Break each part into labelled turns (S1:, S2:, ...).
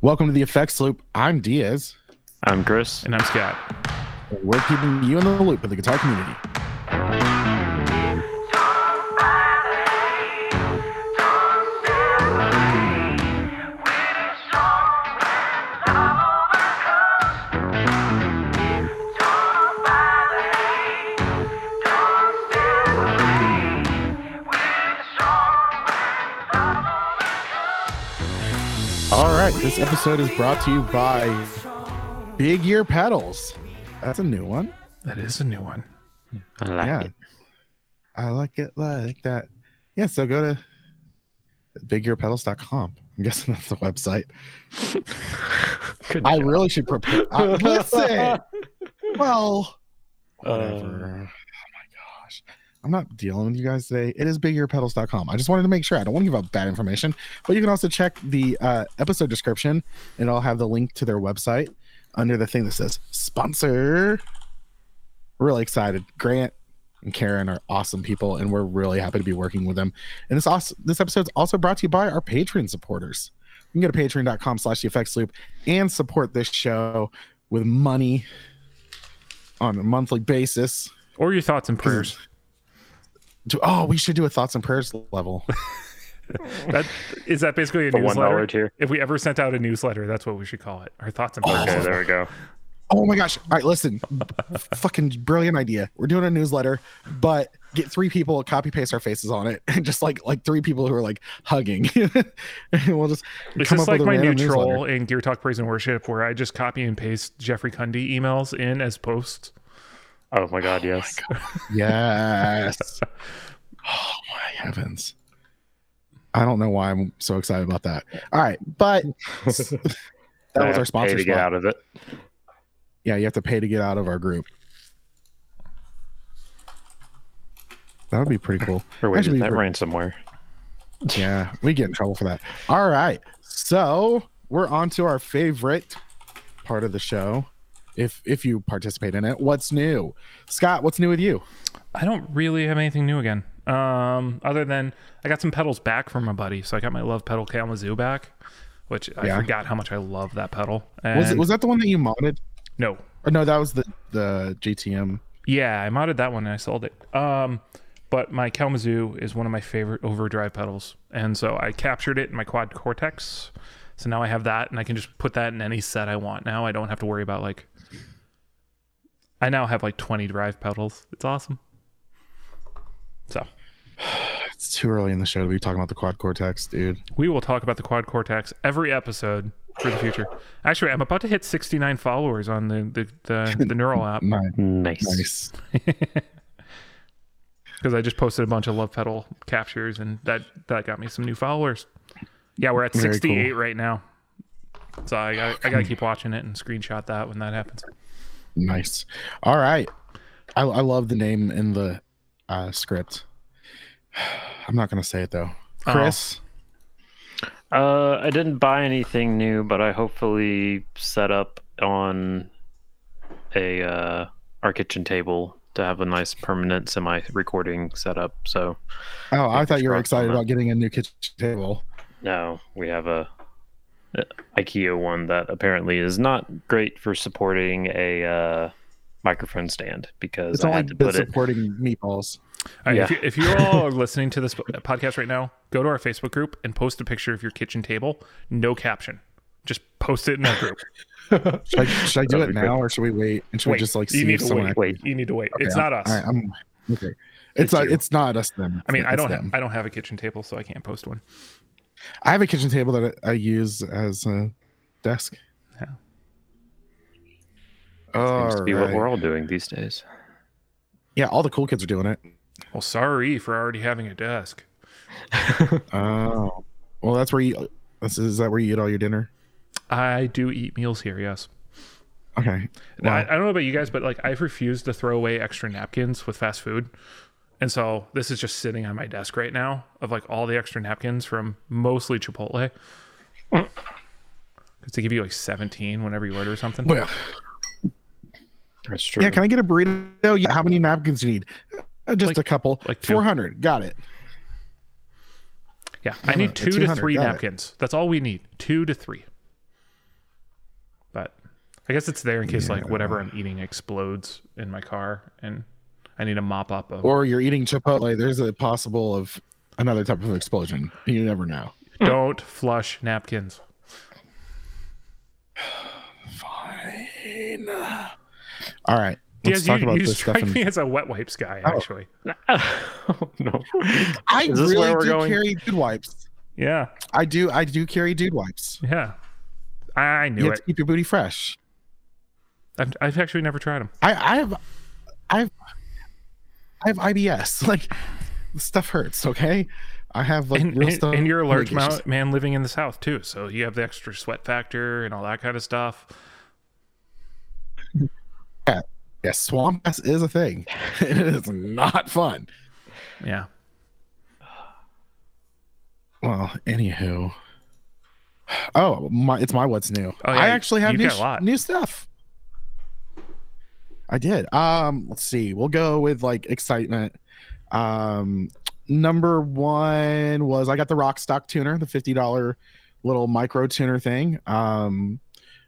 S1: Welcome to the Effects Loop. I'm Diaz.
S2: I'm Chris.
S3: And I'm Scott.
S1: and We're keeping you in the loop of the guitar community. All right, this episode is brought to you by Big Ear Pedals. That's a new one.
S3: That is a new one.
S2: I like
S1: yeah.
S2: it.
S1: I like it like that. Yeah, so go to bigearpedals.com. I'm guessing that's the website.
S2: Good
S1: I
S2: job.
S1: really should prepare. I, listen, well,
S2: Uh,
S1: whatever. oh my gosh. I'm not dealing with you guys today. It is bigearpedals.com. I just wanted to make sure. I don't want to give out bad information, but you can also check the uh, episode description and I'll have the link to their website under the thing that says sponsor. Really excited. Grant and Karen are awesome people, and we're really happy to be working with them. And this also, this episode's also brought to you by our Patreon supporters. You can go to patreon.com slash the effects loop and support this show with money on a monthly basis.
S3: Or your thoughts and prayers.
S1: Do- oh, we should do a thoughts and prayers level.
S3: That is that basically a
S2: For one
S3: newsletter.
S2: dollar tier.
S3: If we ever sent out a newsletter, that's what we should call it. Our thoughts and prayers.
S2: Okay, there we go.
S1: oh my gosh. All right, listen. Fucking brilliant idea. We're doing a newsletter, but get three people copy paste our faces on it and just like like three people who are like hugging. and we'll just
S3: It's
S1: come up
S3: just like
S1: with a
S3: my new
S1: random newsletter.
S3: troll in Gear Talk Praise and Worship, where I just copy and paste Jeffrey Cundy emails in as posts.
S2: Oh my god, yes.
S1: Yes. oh my heavens. I don't know why I'm so excited about that. All right, but that
S2: I
S1: was
S2: have
S1: our
S2: to pay
S1: sponsor
S2: to get
S1: spot.
S2: out of it.
S1: Yeah, you have to pay to get out of our group. That would be pretty cool.
S2: Or wait,
S1: Actually,
S2: is that
S1: we're-
S2: ransomware?
S1: Yeah, we get in trouble for that. All right. So we're on to our favorite part of the show. If if you participate in it, what's new? Scott, what's new with you?
S3: I don't really have anything new again. Um, other than I got some pedals back from my buddy, so I got my Love Pedal Kalamazoo back, which I
S1: Yeah.
S3: forgot how much I love that pedal.
S1: Was it
S3: And-
S1: was that the one that you modded?
S3: no,
S1: Or no, that was the the GTM.
S3: Yeah, I modded that one and I sold it. Um, but my Kalamazoo is one of my favorite overdrive pedals, and so I captured it in my quad Cortex. So now I have that, and I can just put that in any set I want. Now I don't have to worry about like. I now have like 20 drive pedals. It's awesome. So
S1: It's too early in the show to be talking about the quad cortex, dude.
S3: we will talk about the quad Cortex every episode for the future. Actually, I'm about to hit 69 followers on the the the, the neural app
S1: Nice.
S2: Nice.
S1: nice.
S3: because I just posted a bunch of love pedal captures and that that got me some new followers. Yeah, we're at
S1: Very
S3: 68 right now. So I got I gotta keep watching it and screenshot that when that happens.
S1: Nice. All right. I, I love the name in the uh, script. I'm not going to say it though.
S3: Oh.
S1: Chris,
S2: Uh, I didn't buy anything new, but I hopefully set up on a uh, our kitchen table to have a nice permanent semi-recording setup. So
S1: oh, I thought you were
S2: Fingers
S1: excited
S2: crossed on
S1: about getting a new kitchen table.
S2: No, we have a, a IKEA one that apparently is not great for supporting a uh, microphone stand because
S1: It's
S2: I
S1: only
S2: had to put
S1: been
S2: it.
S1: supporting meatballs.
S3: All right, if,
S2: Yeah.
S3: you, if you all are listening to this podcast right now, go to our Facebook group and post a picture of your kitchen table, no caption. Just post it in that group.
S1: Should I, should I do
S2: That'd
S1: it
S2: be great.
S1: now or should we wait and should
S3: Wait,
S1: we just like
S3: you
S1: see
S3: need
S1: if
S3: to
S1: someone?
S3: wait.
S2: Wait,
S3: You need to wait.
S1: Okay,
S3: it's
S1: I'm-
S3: not us.
S1: all right, I'm okay. It's
S2: It's
S1: uh,
S2: you.
S1: it's not us then.
S3: I mean, I
S1: It's
S3: don't
S1: them.
S3: I don't have a kitchen table, so I can't post one.
S1: I have a kitchen table that I, I use as a desk.
S3: Yeah.
S2: Seems to be what
S1: Alright.
S2: we're all doing these days.
S1: Yeah, all the cool kids are doing it.
S3: Well, sorry for already having a desk.
S1: Oh, well, that's where you. This is that where you eat all your dinner?
S3: I do eat meals here, yes.
S1: Okay.
S3: Now, I,
S1: Wow.
S3: I don't know about you guys, but like I've refused to throw away extra napkins with fast food. And so this is just sitting on my desk right now of like all the extra napkins from mostly Chipotle. Because they give you like 17 whenever you order something.
S1: Well,
S2: That's true.
S1: yeah. Can I get a burrito? Yeah. How many napkins do you need? Uh, just
S3: Like-
S1: a couple.
S3: like two.
S1: four hundred. Got it.
S3: yeah, I need
S1: it's
S3: two to
S1: 200,
S3: three
S1: got it.
S3: napkins. That's all we need. Two to three. But I guess it's there in case like
S1: Yeah.
S3: whatever I'm eating explodes in my car and I need a mop up of.
S1: Or you're eating Chipotle, there's a possible of another type of explosion. You never know.
S3: Don't flush napkins.
S1: Fine. All right. Let's
S3: Yes,
S1: talk
S3: you,
S1: about
S3: you
S1: this stuff.
S3: strike
S1: in-
S3: me as a wet wipes guy,
S1: Oh.
S3: actually.
S2: oh, no.
S1: I
S2: Is this
S1: really
S2: where we're
S1: do
S2: going?
S1: carry dude wipes.
S3: Yeah,
S1: I do. I do carry dude wipes.
S3: yeah. I
S1: you
S3: knew
S1: have
S3: it.
S1: to keep your booty fresh.
S3: I've, I've actually never tried them.
S1: I, I have, I have, I have IBS. Like, stuff hurts. Okay, I have like
S3: And,
S1: real
S3: and,
S1: stuff.
S3: and you're a large
S1: like, issues.
S3: mou- man living in the South, too. So you have the extra sweat factor and all that kind of stuff.
S1: Yes, swamp ass is a thing. it is not fun.
S3: Yeah.
S1: Well, anywho. Oh, my! It's my what's new.
S3: Oh, yeah,
S1: I actually have
S3: you've
S1: new,
S3: got a
S1: sh-
S3: lot.
S1: new stuff. I did. Um, let's see. We'll go with like excitement. Um, number one was I got the Rockstock tuner, the fifty dollar little micro tuner thing. Um,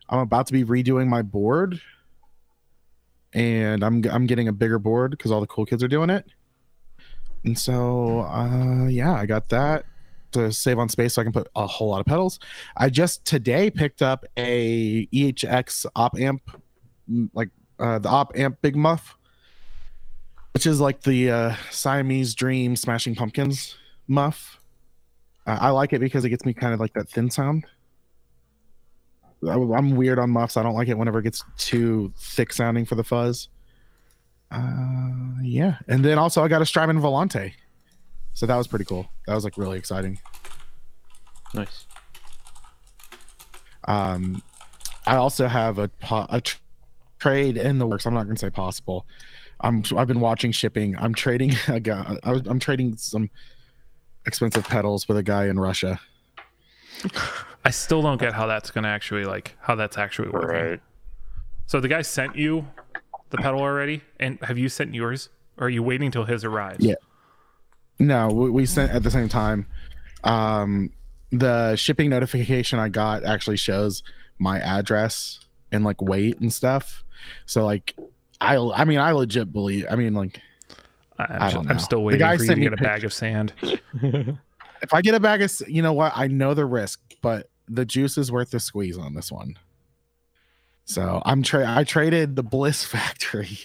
S1: I'm about to be redoing my board, and I'm I'm getting a bigger board because all the cool kids are doing it. And so, uh, yeah, I got that to save on space, so I can put a whole lot of pedals. I just today picked up a EHX op amp, m- like uh, the op amp Big Muff, which is like the uh, Siamese Dream Smashing Pumpkins muff. Uh, I like it because it gets me kind of like that thin sound. I- I'm weird on muffs. I don't like it whenever it gets too thick sounding for the fuzz. Uh, yeah, and then also I got a Strymon Volante, so that was pretty cool. That was like really exciting.
S2: Nice.
S1: Um, I also have a, po- a tr- trade in the works. I'm not going to say possible. I'm I've been watching shipping. I'm trading a guy. I was, I'm trading some expensive pedals with a guy in Russia.
S3: I still don't get how that's going to actually, like, how that's actually working. So the guy sent you the pedal already, and have you sent yours? Or are you waiting till his arrives?
S1: Yeah. No, we, we sent at the same time. Um, the shipping notification I got actually shows my address and like weight and stuff. So like, I I mean I legit believe. I mean like
S3: I, I'm,
S1: I
S3: just-
S1: don't
S3: I'm
S1: know.
S3: still
S1: The
S3: waiting
S1: guy
S3: for you
S1: sent
S3: to
S1: me
S3: get a bag of sand.
S1: if I get a bag of, s- you know what? I know the risk, but the juice is worth the squeeze on this one. So I'm tra- I traded the Bliss Factory,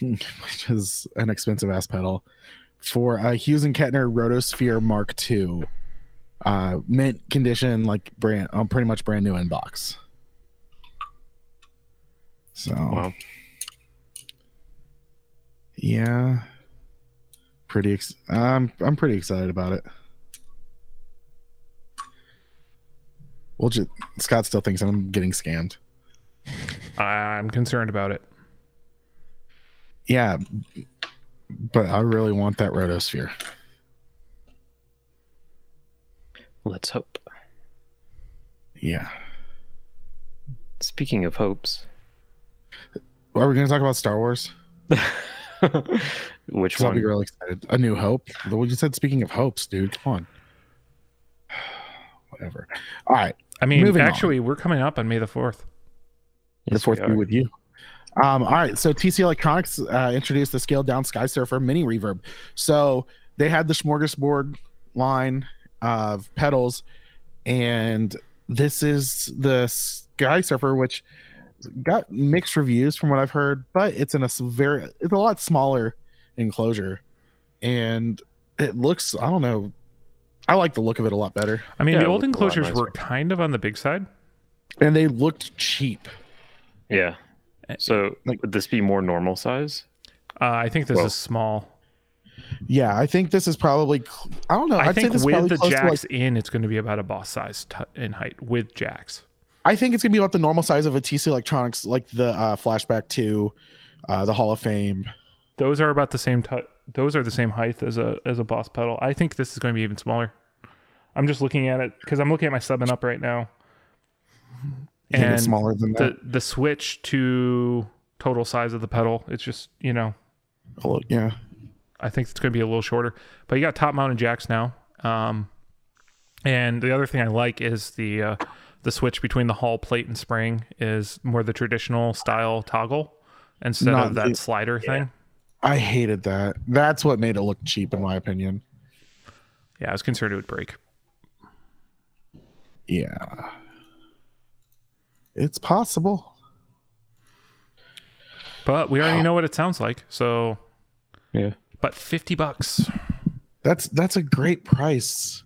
S1: which is an expensive ass pedal, for a Hughes and Kettner Rotosphere Mark II, uh, mint condition, like brand, um, pretty much brand new inbox. So
S2: Wow.
S1: yeah, pretty. Ex- I'm I'm pretty excited about it. Well, just, Scott still thinks I'm getting scammed.
S3: I'm concerned about it.
S1: Yeah, but I really want that rotosphere.
S2: Let's hope.
S1: Yeah.
S2: Speaking of hopes,
S1: Are we going to talk about Star Wars?
S2: which
S1: 'Cause I'll
S2: one?
S1: be really excited. A New Hope. Well, you said speaking of hopes, dude. Come on. Whatever. All right.
S3: I mean,
S1: Moving on.
S3: actually, we're coming up on May the 4th.
S1: the
S2: Yes,
S1: fourth
S2: we
S1: be
S2: are.
S1: with you. Um, all right, so TC Electronics uh, introduced the scaled down Sky Surfer mini reverb. So they had the smorgasbord line of pedals, and this is the Sky Surfer, which got mixed reviews from what I've heard, but it's in a s- very it's a lot smaller enclosure, and it looks I don't know, I like the look of it a lot better,
S3: I mean,
S2: Yeah,
S3: the
S2: it
S3: old
S2: looked a lot
S3: enclosures were
S2: nicer.
S3: kind of on the big side.
S1: and they looked cheap.
S2: Yeah.
S3: Uh,
S2: So
S1: like-
S2: would this be more normal size?
S3: Uh, I think this
S2: Well-
S3: is small.
S1: Yeah, I think this is probably cl- I don't know.
S3: I
S1: I'd say
S3: think
S1: this is
S3: with
S1: probably
S3: the
S1: close to, like,
S3: jacks in, it's going to be about a boss size t- in height with jacks.
S1: I think it's gonna be about the normal size of a TC Electronics, like the uh, flashback to uh, the Hall of Fame.
S3: Those are about the same. T- those are the same height as a as a boss pedal. I think this is going to be even smaller. I'm just looking at it because I'm looking at my sub and up right now.
S1: You think it's
S3: And
S1: smaller than that.
S3: The the switch to total size of the pedal. It's just you know
S1: A little- Oh, yeah,
S3: I think it's going to be a little shorter. But you got top mounted jacks now. Um, and the other thing I like is the uh, the switch between the hall plate and spring is more the traditional style toggle instead
S1: Not
S3: of that
S1: the-
S3: slider thing.
S1: I hated that. That's what made it look cheap, in my opinion.
S3: Yeah, I was concerned it would break.
S1: Yeah. It's possible.
S3: But we already know what it sounds like. So,
S2: Yeah.
S3: but 50 bucks.
S1: That's that's a great price.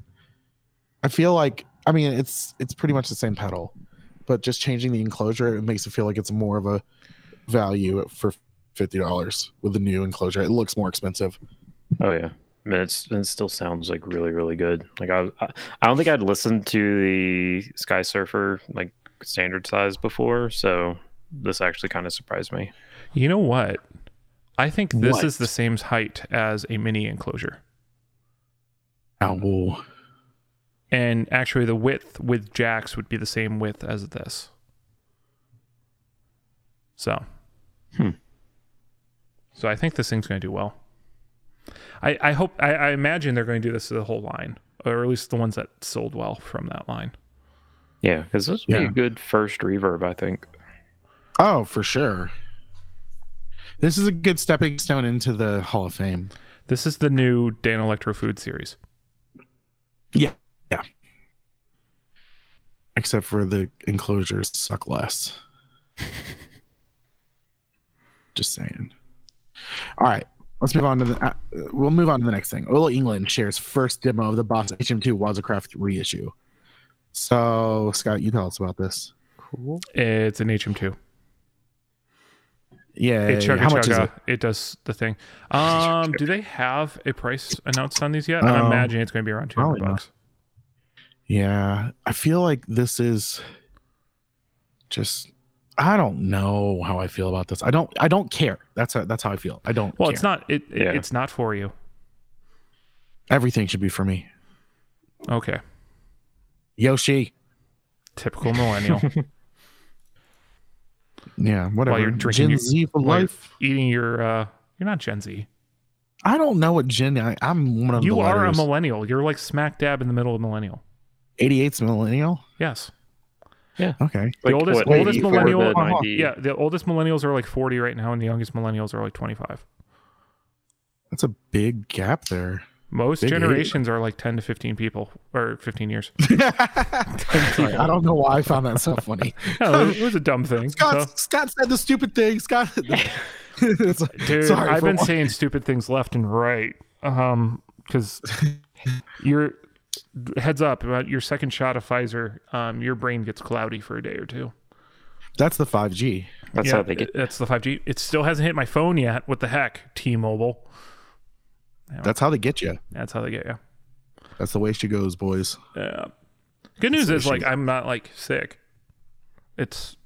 S1: I feel like I mean it's it's pretty much the same pedal, but just changing the enclosure it makes it feel like it's more of a value for fifty dollars with the new enclosure. It looks more expensive.
S2: Oh yeah, I mean, it's it still sounds like really really good. Like I, I, I don't think I'd listened to the Sky Surfer like standard size before, so this actually kind of surprised me.
S3: You know what? I think this
S1: What?
S3: is the same height as a mini enclosure.
S1: Ow.
S3: And actually, the width with jacks would be the same width as this. So,
S2: Hmm.
S3: so I think this thing's going to do well. I, I hope I, I imagine they're going to do this to the whole line, or at least the ones that sold well from that line.
S2: Yeah, because this would be
S1: Yeah.
S2: a good first reverb, I think.
S1: Oh, for sure. This is a good stepping stone into the Hall of Fame.
S3: This is the new Dan Electro Food series.
S1: Except for the enclosures suck less. Just saying. All right, let's move on to the. Uh, we'll move on to the next thing. Ola England shares first demo of the Boss HM2 Wazacraft reissue. So Scott, you tell us about this. Cool.
S3: It's an HM2.
S1: Yeah.
S3: It chugga
S1: How much is
S3: chugga.
S1: it?
S3: It does the thing. Um, do they have a price announced on these yet? I'm
S1: Um,
S3: imagining it's going to be around two
S1: probably
S3: hundred
S1: not.
S3: bucks.
S1: Yeah, I feel like this is just. I don't know how I feel about this. I don't. I don't care. That's how, that's how I feel. I don't.
S3: Well,
S1: care.
S3: it's not. It, it
S2: Yeah.
S3: it's not for you.
S1: Everything should be for me.
S3: Okay,
S1: Yoshi.
S3: typical millennial.
S1: Yeah, whatever.
S3: you're drinking
S1: Gen
S3: your-
S1: Z for
S3: while you're
S1: life.
S3: Eating your. uh You're not Gen Z.
S1: I don't know what Gen. I, I'm one of
S3: You
S1: the
S3: are
S1: letters.
S3: a millennial. You're like smack dab in the middle of millennial.
S1: 88's millennial.
S3: Yes.
S1: Okay.
S3: The oldest-
S1: oldest
S2: 84
S3: millennial-
S2: to
S1: Uh-huh.
S2: 90.
S3: Yeah. The oldest millennials are like 40 right now, and the youngest millennials are like 25.
S1: That's a big gap there.
S3: Most
S1: Big eight.
S3: generations are like 10 to 15 people or 15 years.
S1: Sorry, I don't know why I found that so funny.
S3: No, it was a dumb thing.
S1: Scott,
S3: So-
S1: Scott said the stupid thing. Scott. It's like-
S3: Dude,
S1: Sorry
S3: I've
S1: for
S3: been
S1: wa-
S3: saying stupid things left and right. Um, because your heads up about your second shot of Pfizer, um, your brain gets cloudy for a day or two.
S1: that's the 5G.
S2: That's
S3: yeah,
S2: how they get.
S3: That's the five G. It still hasn't hit my phone yet. What the heck, T-Mobile?
S1: That's how they get you.
S3: That's how they get you.
S1: That's the way she goes, boys.
S3: Yeah. Good news is like
S1: Sushi.
S3: I'm not like sick. It's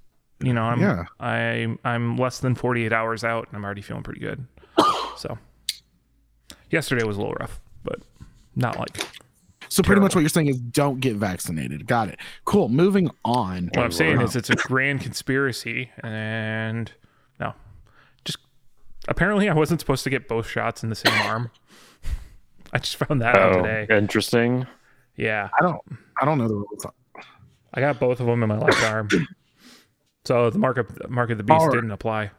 S3: you know I'm
S1: Yeah.
S3: I'm I'm less than 48 hours out and I'm already feeling pretty good. so yesterday was a little rough, but not like
S1: So pretty much what you're saying is don't get vaccinated. Got it. Cool. Moving on.
S3: What I'm saying
S1: Wow.
S3: is it's a grand conspiracy, and no, just apparently I wasn't supposed to get both shots in the same arm. I just found that out
S2: Oh,
S3: today.
S2: interesting.
S3: Yeah,
S1: I don't. I don't know the rules.
S3: I got both of them in my left arm, so the mark of mark of the beast
S1: Alright.
S3: didn't apply.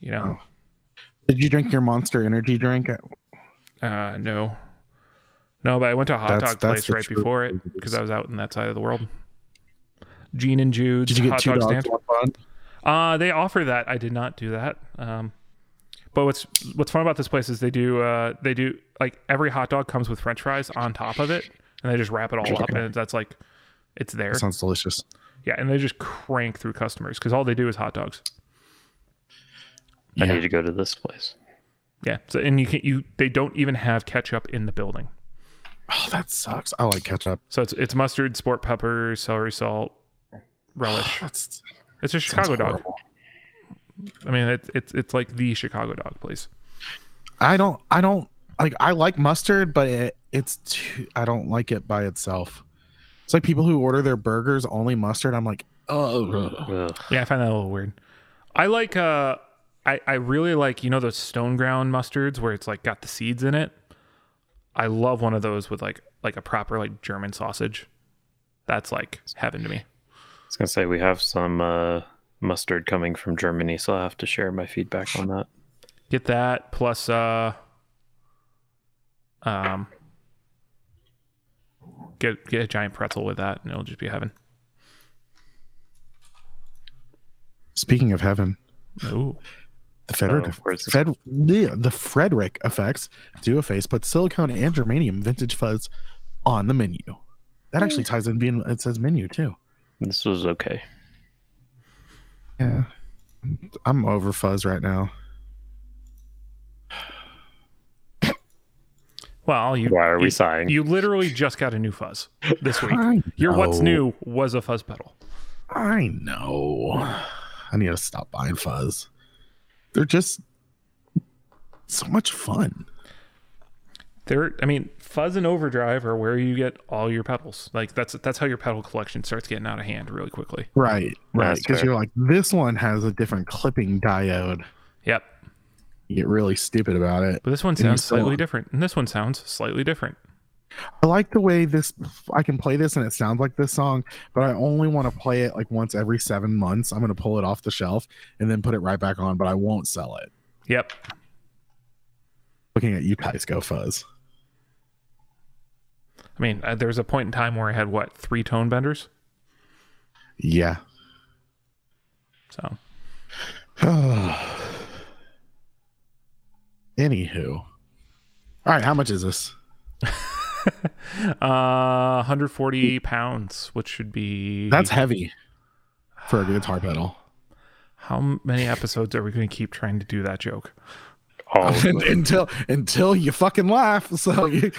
S3: You know,
S1: Did you drink your Monster Energy drink?
S3: uh, no, no, but I went to a hot
S1: Oh. That's-
S3: dog
S1: that's
S3: place
S1: the
S3: right
S1: true
S3: before it because I was out in that side of the world. Gene and Jude's
S1: Did you get
S3: hot
S1: two
S3: dog
S1: dogs?
S3: stand.
S1: one bun?
S3: Uh, they offer that. I did not do that. Um, but what's what's fun about this place is they do uh, they do like every hot dog comes with French fries on top of it, and they just wrap it all up, and that's like it's there.
S1: That sounds delicious.
S3: Yeah, and they just crank through customers because all they do is hot dogs.
S2: I
S1: Yeah.
S2: need to go to this place.
S3: Yeah, so and you can you they don't even have ketchup in the building,
S1: Oh, that sucks. I like ketchup.
S3: so it's it's mustard, sport pepper, celery salt, relish.
S1: That's
S3: It's a
S1: sounds
S3: Chicago dog.
S1: horrible.
S3: I mean, it's it's it's like the Chicago dog place.
S1: I don't. I don't like. I like mustard, but it, it's too. I don't like it by itself. It's like people who order their burgers only mustard. I'm like, oh,
S2: Ugh.
S3: Yeah, I find that a little weird. I like uh I, I really like you know those stone ground mustards where it's like got the seeds in it. I love one of those with like like a proper like German sausage. That's like heaven to me.
S2: was gonna say we have some uh, mustard coming from Germany, so I'll have to share my feedback on that.
S3: Get that plus uh um get get a giant pretzel with that and it'll just be heaven.
S1: Speaking of heaven,
S3: Ooh.
S1: the Frederick,
S2: Oh, where's this-
S1: Fed, the, the Frederick effects do a face, put silicone and germanium vintage fuzz on the menu. That actually ties in being it says menu too.
S2: This was okay.
S1: Yeah, I'm over fuzz right now.
S3: Well, you
S2: Why are we
S3: you-
S2: sighing?
S3: You literally just got a new fuzz this week.
S1: I
S3: Your what's
S1: know.
S3: new was a fuzz pedal.
S1: I know. I need to stop buying fuzz. They're just so much fun.
S3: There, I mean, fuzz and overdrive are where you get all your pedals. Like that's that's how your pedal collection starts getting out of hand really quickly.
S1: Right, right.
S2: That's
S1: Because
S2: fair.
S1: you're like, this one has a different clipping diode.
S3: Yep.
S1: You get really stupid about it.
S3: But this one
S1: you
S3: sounds
S1: still-
S3: slightly different, and this one sounds slightly different.
S1: I like the way this I can play this and it sounds like this song, but I only want to play it like once every seven months. I'm gonna pull it off the shelf and then put it right back on, but I won't sell it.
S3: Yep.
S1: Looking at you guys go fuzz.
S3: I mean, uh, there was a point in time where I had what three tone benders.
S1: Yeah.
S3: So
S1: Anywho. All right, how much is this?
S3: Uh, 140 pounds, which should be
S1: That's heavy for a guitar pedal.
S3: how many episodes are we going to keep trying to do that joke?
S2: All of them.
S1: until until you fucking laugh. So you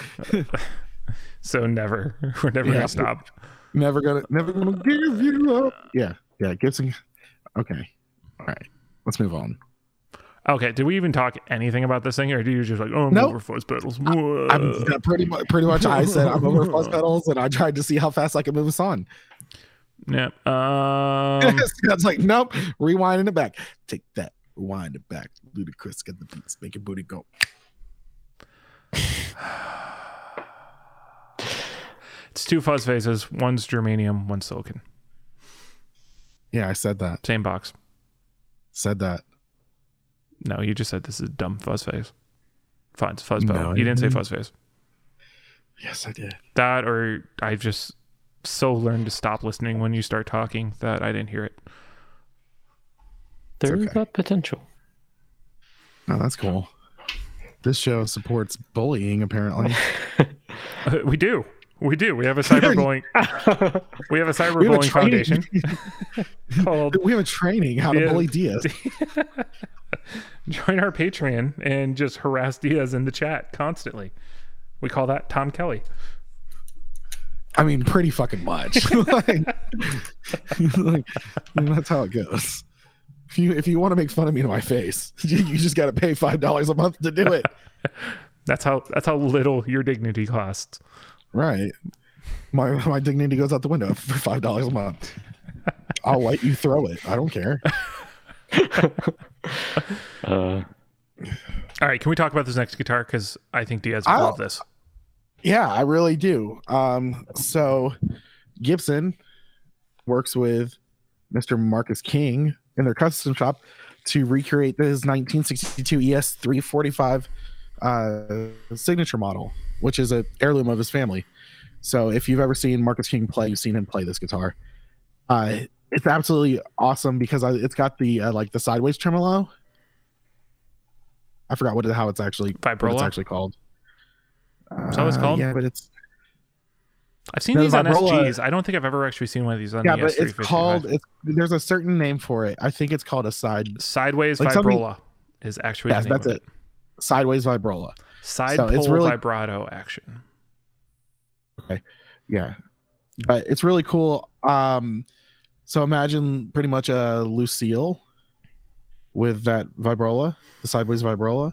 S3: So never, we're never
S1: Yeah.
S3: going to stop.
S1: never gonna never gonna give you up. Yeah, yeah, Gibson. Okay. All right. Let's move on.
S3: Okay, did we even talk anything about this thing, or do you just like, oh, I'm
S1: Nope.
S3: over fuzz pedals?
S1: I'm
S3: Uh.
S1: that pretty much pretty much I said I'm over fuzz pedals and I tried to see how fast I could move us on.
S3: yeah. Um,
S1: That's like nope, rewinding it back. Take that, rewind it back. Ludacris get the beats, make your booty go.
S3: it's two fuzz phases. One's germanium, one's silicon.
S1: Yeah, I said that.
S3: Same box.
S1: Said that.
S3: No, you just said this is a dumb fuzz phase. Fuzz, fuzz
S1: No,
S3: pedal.
S1: I
S3: you didn't say
S1: didn't.
S3: fuzz phase.
S1: Yes, I did.
S3: That, or I just so learned to stop listening when you start talking that I didn't hear it.
S2: There is
S1: okay.
S2: that potential.
S1: Oh, that's cool. This show supports bullying, apparently.
S3: Uh, we do. We do. We have a cyberbullying. we have a
S1: We have a
S3: cyberbullying
S1: training-
S3: foundation called
S1: we have a training how to
S3: Yeah.
S1: bully Diaz.
S3: join our Patreon and just harass Diaz in the chat constantly. We call that Tom Kelly.
S1: I mean, pretty fucking much. like, like, that's how it goes. If you if you want to make fun of me to my face, you, you just got to pay five dollars a month to do it.
S3: That's how that's how little your dignity costs.
S1: Right. My my dignity goes out the window for five dollars a month. I'll let you throw it. I don't care.
S2: Uh,
S3: All right, can we talk about this next guitar? Because I think Diaz would
S1: I'll-
S3: love this.
S1: Yeah, I really do. Um, so Gibson works with Mr. Marcus King in their custom shop to recreate his 1962 ES 345 uh, signature model, which is a heirloom of his family. So if you've ever seen Marcus King play, you've seen him play this guitar. Uh, it's absolutely awesome because I, it's got the uh, like the sideways tremolo. I forgot what how it's actually what it's
S3: Vibrola.
S1: actually called.
S3: that what it's
S1: Uh,
S3: called?
S1: Yeah, but it's
S3: I've seen
S1: No,
S3: these on
S1: Vibrola-
S3: SGs. I don't think I've ever actually seen one of these on
S1: yeah,
S3: the
S1: but
S3: S355.
S1: it's called. It's, there's a certain name for it. I think it's called a side
S3: Sideways
S1: like something-
S3: Vibrola is actually
S1: Yes,
S3: the name
S1: that's
S3: of
S1: it. sideways vibrola.
S3: Side
S1: So it's
S3: pole
S1: really-
S3: vibrato action.
S1: Yeah, but it's really cool. Um, so imagine pretty much a Lucille with that vibrola, the sideways vibrola,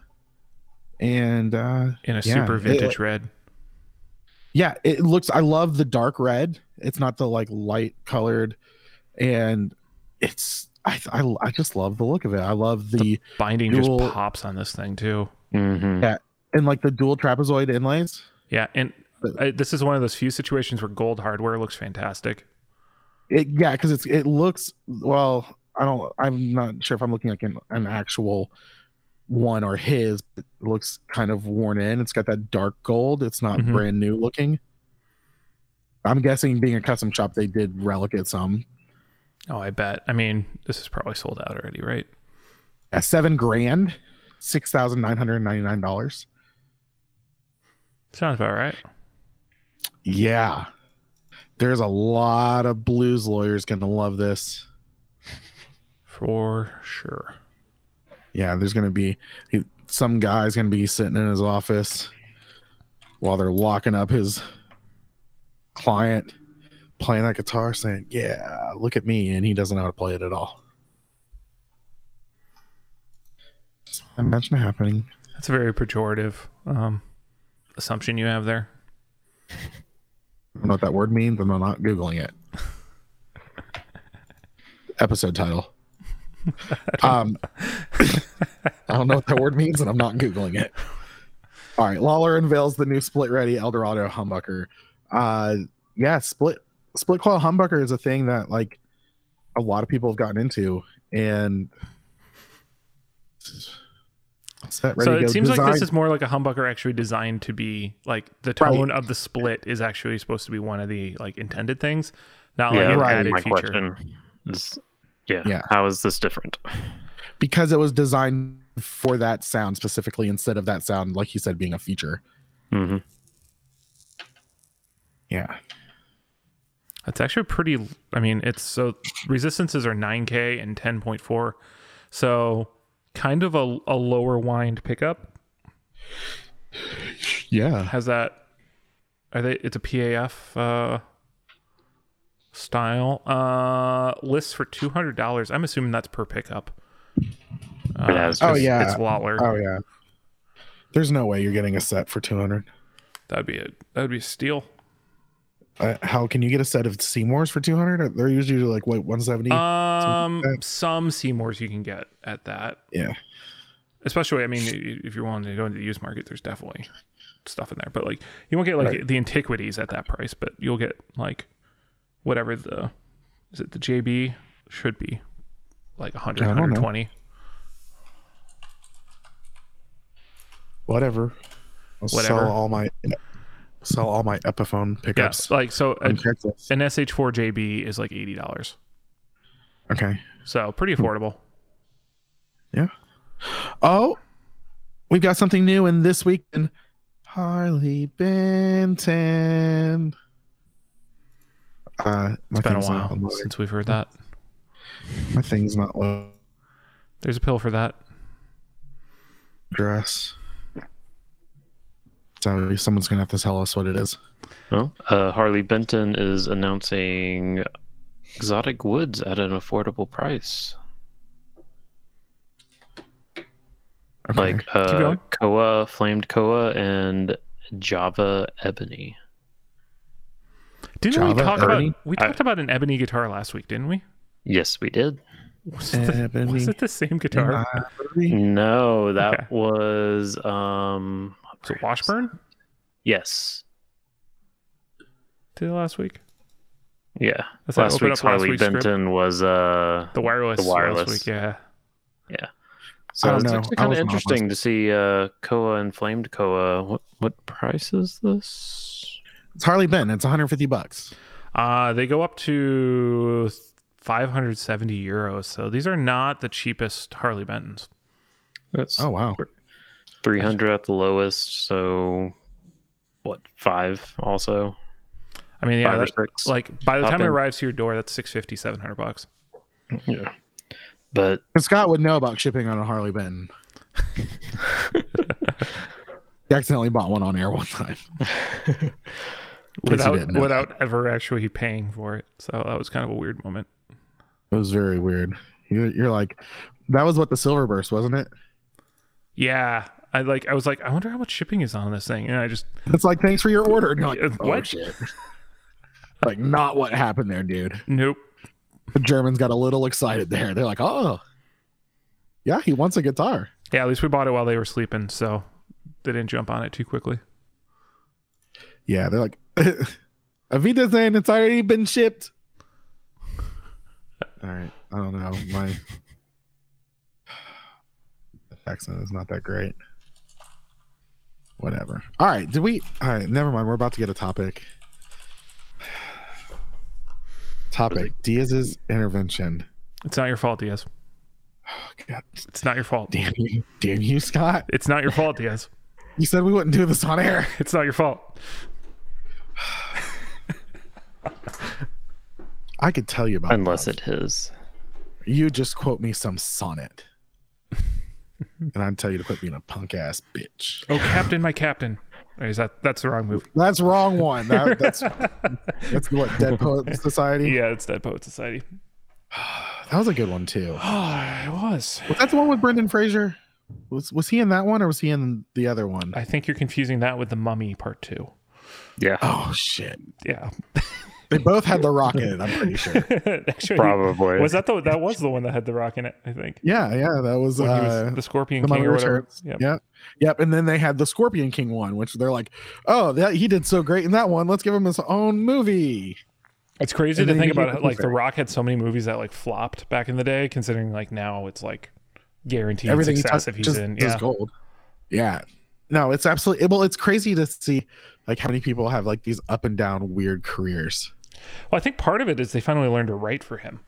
S1: and uh,
S3: in a
S1: Yeah,
S3: super
S1: it-
S3: vintage red.
S1: yeah, it looks. I love the dark red. It's not the like light colored, and it's. I, I, I just love the look of it. I love the
S3: Binding
S1: dual-
S3: just pops on this thing too.
S2: mhm.
S1: and like the dual trapezoid inlays.
S3: Yeah, and I, this is one of those few situations where gold hardware looks fantastic.
S1: It, yeah, because it's it looks well. I don't. I'm not sure if I'm looking like an, an actual one or his. But it looks kind of worn in. It's got that dark gold. It's not
S3: Mhm.
S1: brand new looking. I'm guessing being a custom shop, they did relic it some.
S3: Oh, I bet. I mean, this is probably sold out already, right?
S1: Yeah, seven grand, six thousand nine hundred ninety nine dollars.
S3: Sounds about right.
S1: Yeah, there's a lot of blues lawyers gonna love this.
S3: For sure.
S1: Yeah, there's gonna be he- some guy's gonna be sitting in his office while they're locking up his client, playing that guitar, saying, "Yeah, look at me," and he doesn't know how to play it at all. Imagine it happening.
S3: That's a very pejorative um, assumption you have there.
S1: I don't know what that word means, and I'm not googling it. Episode title. Um, I don't know what that word means, and I'm not googling it. All right, Lawler unveils the new split ready Eldorado humbucker. Uh, yeah, split split coil humbucker is a thing that like a lot of people have gotten into, and set ready
S3: so
S1: to go
S3: it seems like this
S1: design-
S3: is more like a humbucker actually designed to be like the tone of the split is actually supposed to be one of the like intended things, not like
S2: yeah,
S3: an
S1: right.
S3: added
S2: my
S3: feature.
S2: question is, yeah,
S1: Yeah.
S2: how is this different?
S1: because it was designed for that sound specifically instead of that sound like you said being a feature
S2: hmm
S1: yeah
S3: That's actually pretty. I mean, it's so resistances are 9K and 10.4. So kind of a, a lower wind pickup.
S1: yeah
S3: Has that. Are they. It's a PAF uh, style. Uh, lists for $200. I'm assuming that's per pickup. Uh,
S2: has-
S1: Oh,
S3: 'cause
S1: yeah.
S3: It's Lawler.
S1: oh yeah there's no way you're getting a set for 200
S3: That'd be a, that'd be a steal.
S1: uh, how can you get a set of seymours for 200 they're usually like wait 170
S3: Um,
S1: that.
S3: some Seymours you can get at that.
S1: yeah
S3: especially i mean i- if you're wanting to go into the used market there's definitely stuff in there but like you won't get like
S1: Right.
S3: the antiquities at that price but you'll get like whatever the is it the jb should be like 100
S1: I don't know.
S3: 120
S1: whatever I'll
S3: Whatever.
S1: sell all my sell all my epiphone
S3: yes
S1: pickups
S3: like so a,
S1: on
S3: an
S1: Craigslist.
S3: sh4 jb is like $80
S1: okay
S3: so pretty
S1: Hmm.
S3: affordable
S1: yeah oh we've got something new in this week in harley benton uh my
S3: it's been a
S1: thing's not
S3: while
S1: unloading.
S3: since we've heard that
S1: My thing's not low
S3: there's a pill for that
S1: dress. So someone's gonna have to tell us what it is.
S2: Well, uh, Harley Benton is announcing exotic woods at an affordable price,
S1: Okay.
S2: like uh,
S3: going.
S2: koa, flamed koa, and Java ebony.
S3: didn't we
S1: Java,
S3: talk
S1: Ebony?
S3: about we
S2: I-
S3: talked about an ebony guitar last week didn't we
S2: Yes, we did.
S3: was
S1: Eh,
S3: it, the,
S1: Ebony
S3: was it the same guitar
S1: Uh,
S2: Mm. No, that
S3: Okay.
S2: was um.
S3: was it washburn
S2: Yes.
S3: did it last week
S2: Yeah.
S3: That's how I
S2: last
S3: opened
S2: week's
S3: up last
S2: Harley
S3: week's script.
S2: Benton was uh.
S3: The wireless.
S2: The wireless.
S3: last week, yeah.
S1: I
S2: So
S1: don't
S2: it's
S1: know.
S2: actually
S1: I
S2: kind of
S1: wasn't on
S2: interesting to see uh koa and flamed koa. What what price is this?
S1: it's Harley Benton. It's 150 bucks.
S3: Uh, they go up to 570 euros. So these are not the cheapest Harley Bentons.
S2: That's
S1: Oh wow.
S2: 300 at the lowest so what five also
S3: I mean, yeah,
S2: five
S3: that,
S2: or six
S3: like by the
S2: Top
S3: time it
S2: end.
S3: arrives to your door, that's 650, 700 bucks.
S2: yeah but
S1: And Scott would know about shipping on a Harley Benton. he accidentally bought one on air one time. Because he
S3: Without
S1: didn't know.
S3: without ever actually paying for it. So that was kind of a weird moment.
S1: It was very weird. You're, you're like, that was what the Silver Burst, wasn't it?
S3: Yeah. I like I was like, I wonder how much shipping is on this thing. And I just
S1: It's like, thanks for your order. And you're
S3: Yeah,
S1: like, oh,
S3: what?
S1: shit. like, not what happened there, dude.
S3: nope.
S1: the Germans got a little excited there. They're like, oh, yeah, he wants a guitar.
S3: Yeah, at least we bought it while they were sleeping, so they didn't jump on it too quickly.
S1: Yeah, they're like, Avita saying it's already been shipped. All right, I don't know. My accent is not that great. Whatever. All right, did we? All right, never mind. We're about to get a topic. Topic: Diaz's intervention.
S3: It's not your fault, Diaz.
S1: Oh, God.
S3: It's not your fault.
S1: Damn you, damn you, Scott.
S3: It's not your fault, Diaz.
S1: You said we wouldn't do this on air.
S3: It's not your fault.
S1: I could tell you about
S2: Unless it is.
S1: You just quote me some sonnet. and I'd tell you to quit being a punk ass bitch.
S3: Oh, Captain, my Captain. Or Is that that's the wrong movie?
S1: That's wrong one. That- that's that's what Dead Poet Society.
S3: Yeah, it's Dead Poet Society.
S1: That was a good one too.
S3: Oh, it was.
S1: Was that the one with Brendan Fraser? Was was he in that one or was he in the other one?
S3: I think you're confusing that with the Mummy Part Two.
S2: Yeah,
S1: Oh shit!
S3: Yeah,
S1: They both had the rock in it. I'm pretty sure.
S3: actually,
S2: probably.
S3: was that the that was the one that had the rock in it? I think.
S1: Yeah, yeah. That was,
S3: When he was
S1: uh,
S3: the Scorpion
S1: the
S3: King
S1: Mummy
S3: or whatever.
S1: Returns.
S3: Yep.
S1: Yep. Yep. And then they had the Scorpion King one, which they're like, oh, that, he did so great in that one. Let's give him his own movie.
S3: It's crazy
S1: And
S3: to
S1: then
S3: think
S1: you get
S3: about
S1: the
S3: it. Like The
S1: Blu-ray.
S3: Rock had so many movies that like flopped back in the day, considering like now it's like guaranteed
S1: Everything he
S3: success
S1: touched
S3: if he's
S1: just,
S3: in.
S1: is
S3: Yeah.
S1: gold. Yeah. No, it's absolutely well. It's crazy to see like how many people have like these up and down weird careers.
S3: Well, I think part of it is they finally learned to write for him.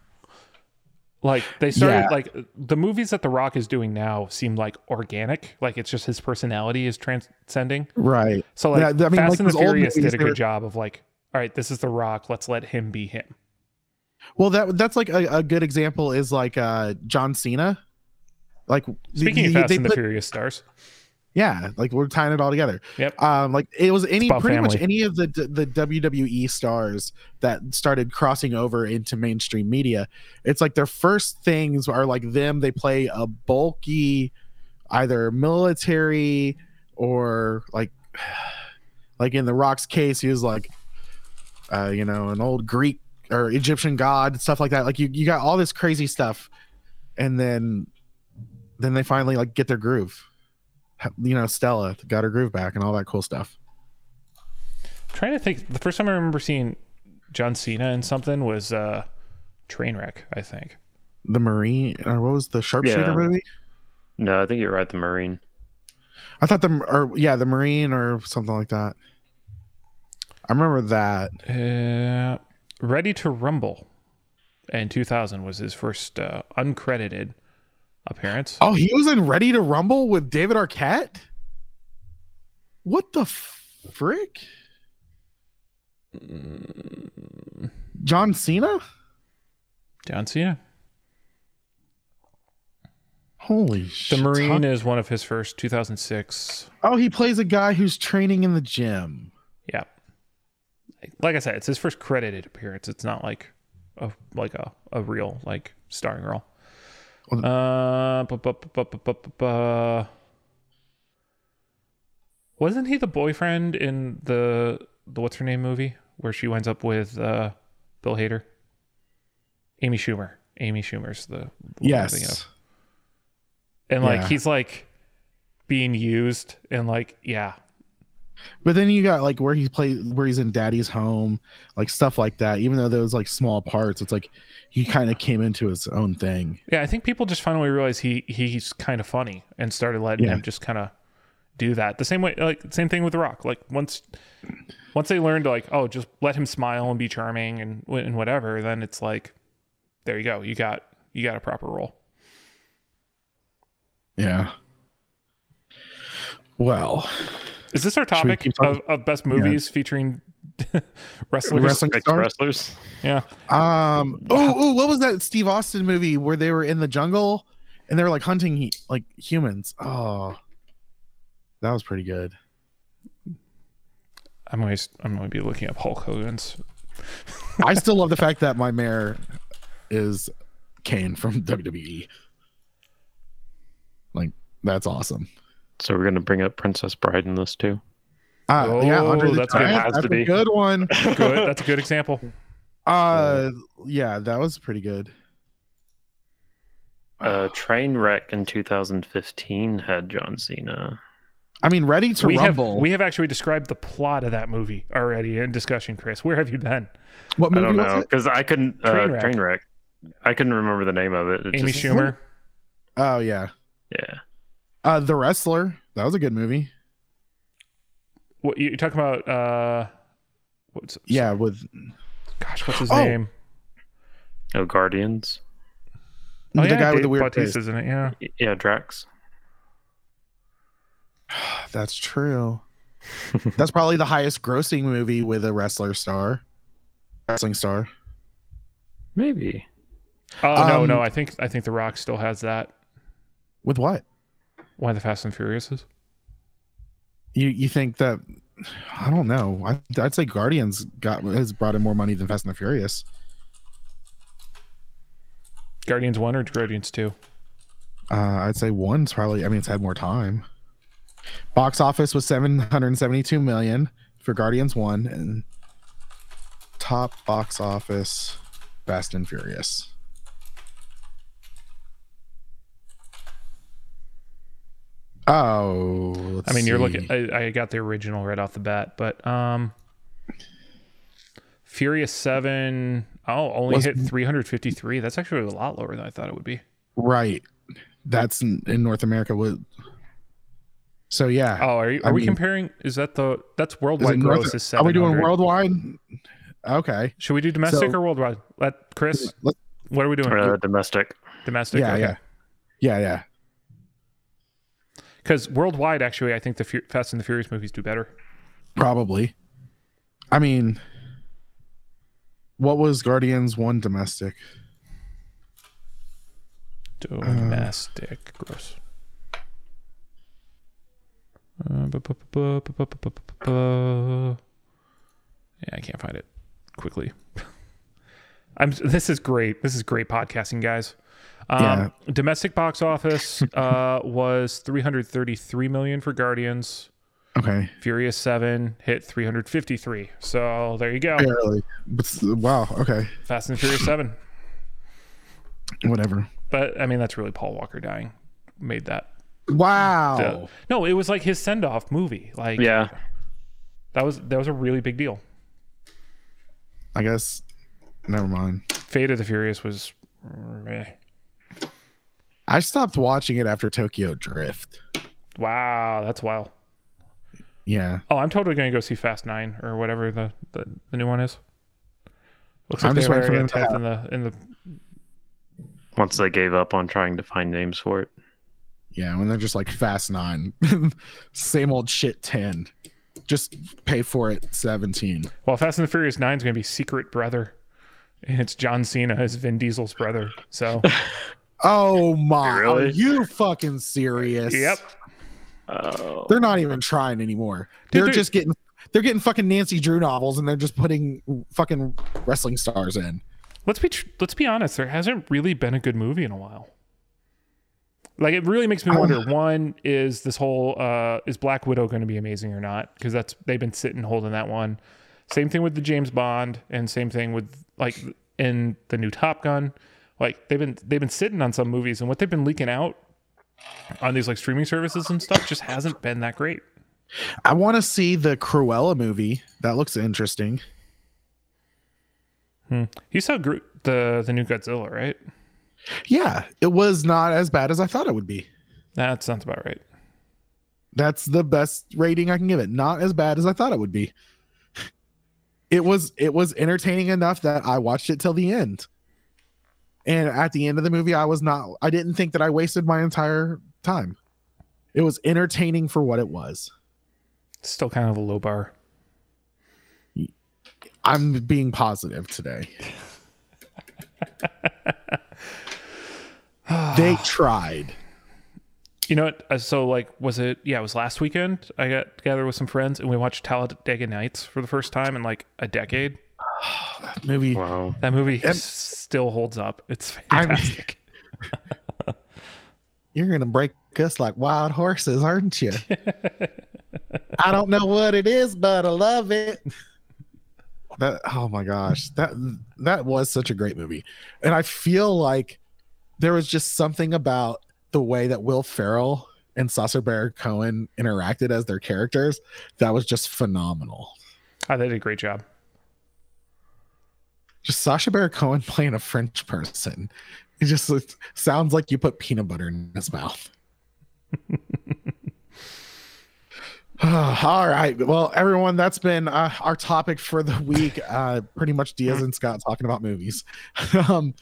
S3: Like they started
S1: Yeah.
S3: like the movies that The Rock is doing now seem like organic. Like it's just his personality is transcending.
S1: Right.
S3: So like
S1: Yeah, I mean,
S3: Fast
S1: like,
S3: and the
S1: those old movies,
S3: Furious did a
S1: they
S3: good
S1: were-
S3: job of like, all right, this is The Rock. Let's let him be him.
S1: Well, that that's like a, a good example is like uh John Cena. Like
S3: Speaking of
S1: they-
S3: Fast
S1: they
S3: and the
S1: put-
S3: Furious stars,
S1: Yeah, like we're tying it all together.
S3: Yep.
S1: Um, like it was any
S3: about
S1: pretty much
S3: family.
S1: any of the the WWE stars that started crossing over into mainstream media. It's like their first things are like them. They play a bulky, either military or like, like in the Rock's case, he was like, uh, you know, an old Greek or Egyptian god, stuff like that. Like you, you got all this crazy stuff, and then, then they finally like get their groove you know Stella got her groove back and all that cool stuff.
S3: trying to think the first time i remember seeing john cena in something was uh trainwreck i think
S1: The Marine or what was the sharpshooter
S2: Yeah.
S1: movie?
S2: No, I think you're right. The Marine.
S1: I thought the or yeah the Marine or something like that. I remember that.
S3: uh ready to rumble in 2000 was his first uh uncredited appearance
S1: Oh, he was in Ready to Rumble with David Arquette. What the frick? John Cena?
S3: john cena
S1: Holy
S3: the
S1: shit.
S3: marine is one of his first 2006
S1: Oh, he plays a guy who's training in the gym.
S3: yeah like i said it's his first credited appearance it's not like a like a, a real like starring role
S1: Well-
S3: uh, bu- bu- bu- bu- bu- bu- bu- bu- wasn't he the boyfriend in the the what's her name movie where she winds up with uh bill hader amy schumer amy schumer's the, the one I'm thinking of.
S1: Yes.
S3: and like
S1: Yeah.
S3: he's like being used and like yeah
S1: But then you got like where he plays, where he's in Daddy's home, like stuff like that. Even though those like small parts, it's like he kind of came into his own thing.
S3: Yeah, I think people just finally realized he he's kind of funny and started letting
S1: Yeah.
S3: him just kind of do that. The same way, like same thing with The Rock. Like once once they learned like oh, just let him smile and be charming and wh- and whatever, then it's like there you go, you got you got a proper role.
S1: Yeah. Well,
S3: Is this our
S1: we
S3: topic
S1: keep
S3: of,
S1: talking?
S3: of best movies featuring wrestlers?
S1: wrestling
S2: Ex
S1: stars.
S2: wrestlers.
S3: Yeah,
S1: Um. Oh, oh, what was that Steve Austin movie where they were in the jungle and they were like hunting he- like humans? Oh, that was pretty good.
S3: I'm always I'm going to be looking up Hulk Hogan's.
S1: I still love the fact that my mayor is Kane from WWE. Like that's awesome.
S2: So we're gonna bring up Princess Bride in this too.
S1: Uh, yeah,
S3: Oh,
S1: Andre the
S3: that's
S2: gonna
S1: Giant,
S2: have to
S1: that's a
S2: be.
S1: good one.
S3: Good, that's a good example.
S1: Uh, yeah, that was pretty good.
S2: Uh, Trainwreck in 2015 had John Cena.
S1: I mean, ready to
S3: we have
S1: rumble.
S3: we have actually described the plot of that movie already in discussion, Chris. Where have you been?
S1: what
S2: I
S1: movie
S2: don't
S1: was
S2: know
S1: it?
S2: because I couldn't uh,
S3: Trainwreck.
S2: Trainwreck. I couldn't remember the name of it. it
S3: Amy
S2: just-
S3: Schumer.
S1: Oh yeah,
S2: Yeah.
S1: uh, The Wrestler. That was a good movie.
S3: What you you talking about? Uh, what's
S1: Yeah, with
S3: Gosh, what's his
S1: Oh,
S3: name?
S2: Oh, Guardians.
S3: Oh,
S1: the
S3: yeah,
S1: guy with the
S3: Dave
S1: weird
S3: Bautista,
S1: face.
S3: isn't it? Yeah.
S2: Y- Yeah, Drax.
S1: That's true. That's probably the highest grossing movie with a wrestler star, wrestling star.
S2: Maybe.
S3: Oh no,
S1: Um,
S3: no. I think I think The Rock still has that.
S1: With what?
S3: One of the Fast and Furious is.
S1: You you think that? I don't know. I, I'd say Guardians got has brought in more money than Fast and the Furious.
S3: Guardians One or Guardians Two?
S1: Uh, I'd say one's probably. I mean, it's had more time. Box office was seven hundred seventy-two million for Guardians One, and top box office, Fast and Furious. Oh, let's
S3: I mean, you're looking.
S1: see.
S3: I, I got the original right off the bat, but um, Furious Seven. Oh, only
S1: Was-
S3: hit 353. That's actually a lot lower than I thought it would be.
S1: right. That's in, in North America. With so yeah,
S3: Oh, are you? Are
S1: I
S3: we
S1: mean-
S3: comparing? Is that the? That's
S1: Is it
S3: worldwide
S1: North-
S3: gross. is
S1: are we
S3: 700.
S1: doing worldwide? Okay.
S3: Should we do domestic
S1: So-
S3: or worldwide? Let Chris.
S1: Let's-
S3: What are we doing?
S2: Or, uh, domestic.
S3: domestic.
S1: yeah, yeah, yeah, yeah.
S3: Because worldwide, actually, I think the Fu- Fast and the Furious movies do better.
S1: Probably. I mean, what was Guardians one domestic?
S3: Domestic gross. Uh, bu- bu- bu- bu- bu- bu- bu- bu- bu- Yeah, I can't find it quickly. I'm. This is great. This is great podcasting, guys. Um,
S1: Yeah.
S3: Domestic box office uh, was 333 million for Guardians.
S1: Okay,
S3: Furious Seven hit 353. So there you go.
S1: barely. But s- wow. Okay,
S3: Fast and the Furious Seven.
S1: whatever.
S3: But I mean, that's really Paul Walker dying made that.
S1: Wow.
S3: the- No, it was like his send off movie. Like
S2: Yeah.
S3: that was that was a really big deal.
S1: I guess. Never mind.
S3: Fate of the Furious was meh.
S1: I stopped watching it after Tokyo Drift.
S3: wow, that's wild.
S1: Yeah,
S3: Oh, I'm totally gonna go see Fast Nine or whatever the the, the new one is. Looks like
S1: I'm
S3: they
S1: just
S3: were
S1: waiting for
S3: already
S1: them
S3: tenth in the in the
S2: Once they gave up on trying to find names for it.
S1: yeah. When they're just like Fast Nine, same old shit. Ten. Just pay for it. Seventeen.
S3: well, Fast and the Furious Nine is gonna be Secret Brother, and it's John Cena as Vin Diesel's brother. So
S1: Oh my! Are
S2: Really?
S1: you fucking serious?
S3: yep,
S2: Oh.
S1: They're not even trying anymore.
S3: Dude,
S1: they're
S3: dude.
S1: just getting they're getting fucking Nancy Drew novels and they're just putting fucking wrestling stars in.
S3: let's be tr- let's be honest. There hasn't really been a good movie in a while. Like it really makes me
S1: I don't
S3: wonder. One is this whole uh, is Black Widow going to be amazing or not? Because that's they've been sitting holding that one. Same thing with the James Bond, and same thing with like in the new Top Gun. Like they've been they've been sitting on some movies, and what they've been leaking out on these like streaming services and stuff just hasn't been that great.
S1: I want to see the Cruella movie. That looks interesting.
S3: You saw Gro- the the new Godzilla, right?
S1: Yeah, it was not as bad as I thought it would be.
S3: That sounds about right.
S1: That's the best rating I can give it. Not as bad as I thought it would be. It was it was entertaining enough that I watched it till the end. And at the end of the movie, I was not I didn't think that I wasted my entire time. It was entertaining for what it was.
S3: Still kind of a low bar.
S1: I'm being positive today. they tried.
S3: You know what? uh, So like, was it? Yeah, it was last weekend. I got together with some friends and we watched Talladega Nights for the first time in like a decade.
S1: That movie.
S2: Wow.
S3: That movie
S1: Em-
S3: still holds up. It's
S1: I'm-
S3: fantastic.
S1: You're gonna break us like wild horses, aren't you? I don't know what it is, but I love it. That oh my gosh, that that was such a great movie, and I feel like there was just something about the way that Will Ferrell and Sasha Baron Cohen interacted as their characters, that was just phenomenal.
S3: Oh, they did a great job.
S1: Just Sasha Baron Cohen playing a French person. It just it sounds like you put peanut butter in his mouth. All right. Well, everyone, that's been uh, our topic for the week. Uh, pretty much Diaz
S3: Mm-hmm.
S1: and Scott talking about movies. um,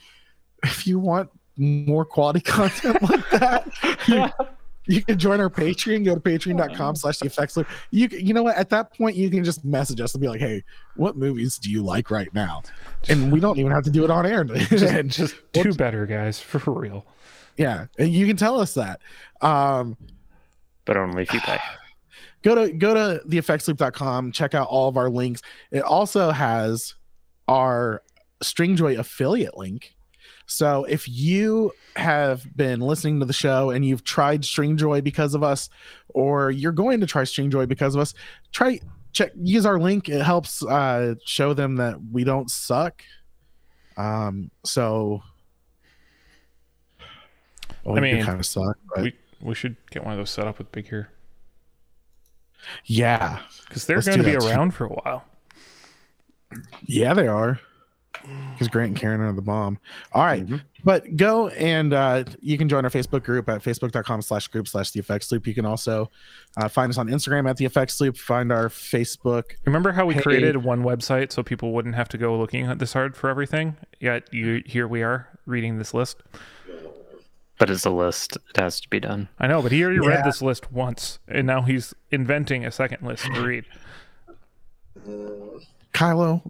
S1: if you want more quality content like that, you, you can join our Patreon. Go to patreon.com slash the effects loop. You, can- you know what? At that point, you can just message us and be like, hey, what movies do you like right now? And we don't even have to do it on air.
S3: Just, just two better guys for real.
S1: yeah. And you can tell us that. Um,
S2: but only if you pay.
S1: go to go to theeffectsloop.com check out all of our links it also has our stringjoy affiliate link so if you have been listening to the show and you've tried stringjoy because of us or you're going to try stringjoy because of us try check use our link it helps uh, show them that we don't suck um so well,
S3: I
S1: we
S3: mean,
S1: kind of suck but
S3: We we should get one of those set up with Big Hair
S1: yeah
S3: because they're
S1: Let's
S3: going to
S1: do
S3: be
S1: that.
S3: around for a while.
S1: Yeah, they are. Because Grant and Karen are the bomb. All right. But go and uh, you can join our Facebook group at facebook.com slash group slash the effects loop. You can also uh, find us on Instagram at the effects loop. Find our Facebook.
S3: Remember how we
S1: Hey.
S3: created one website so people wouldn't have to go looking at this hard for everything? Yet you here we are reading this list.
S2: But it's a list. It has to be done.
S3: I know, but he already
S1: Yeah.
S3: read this list once, and now he's inventing a second list to read.
S1: Kylo,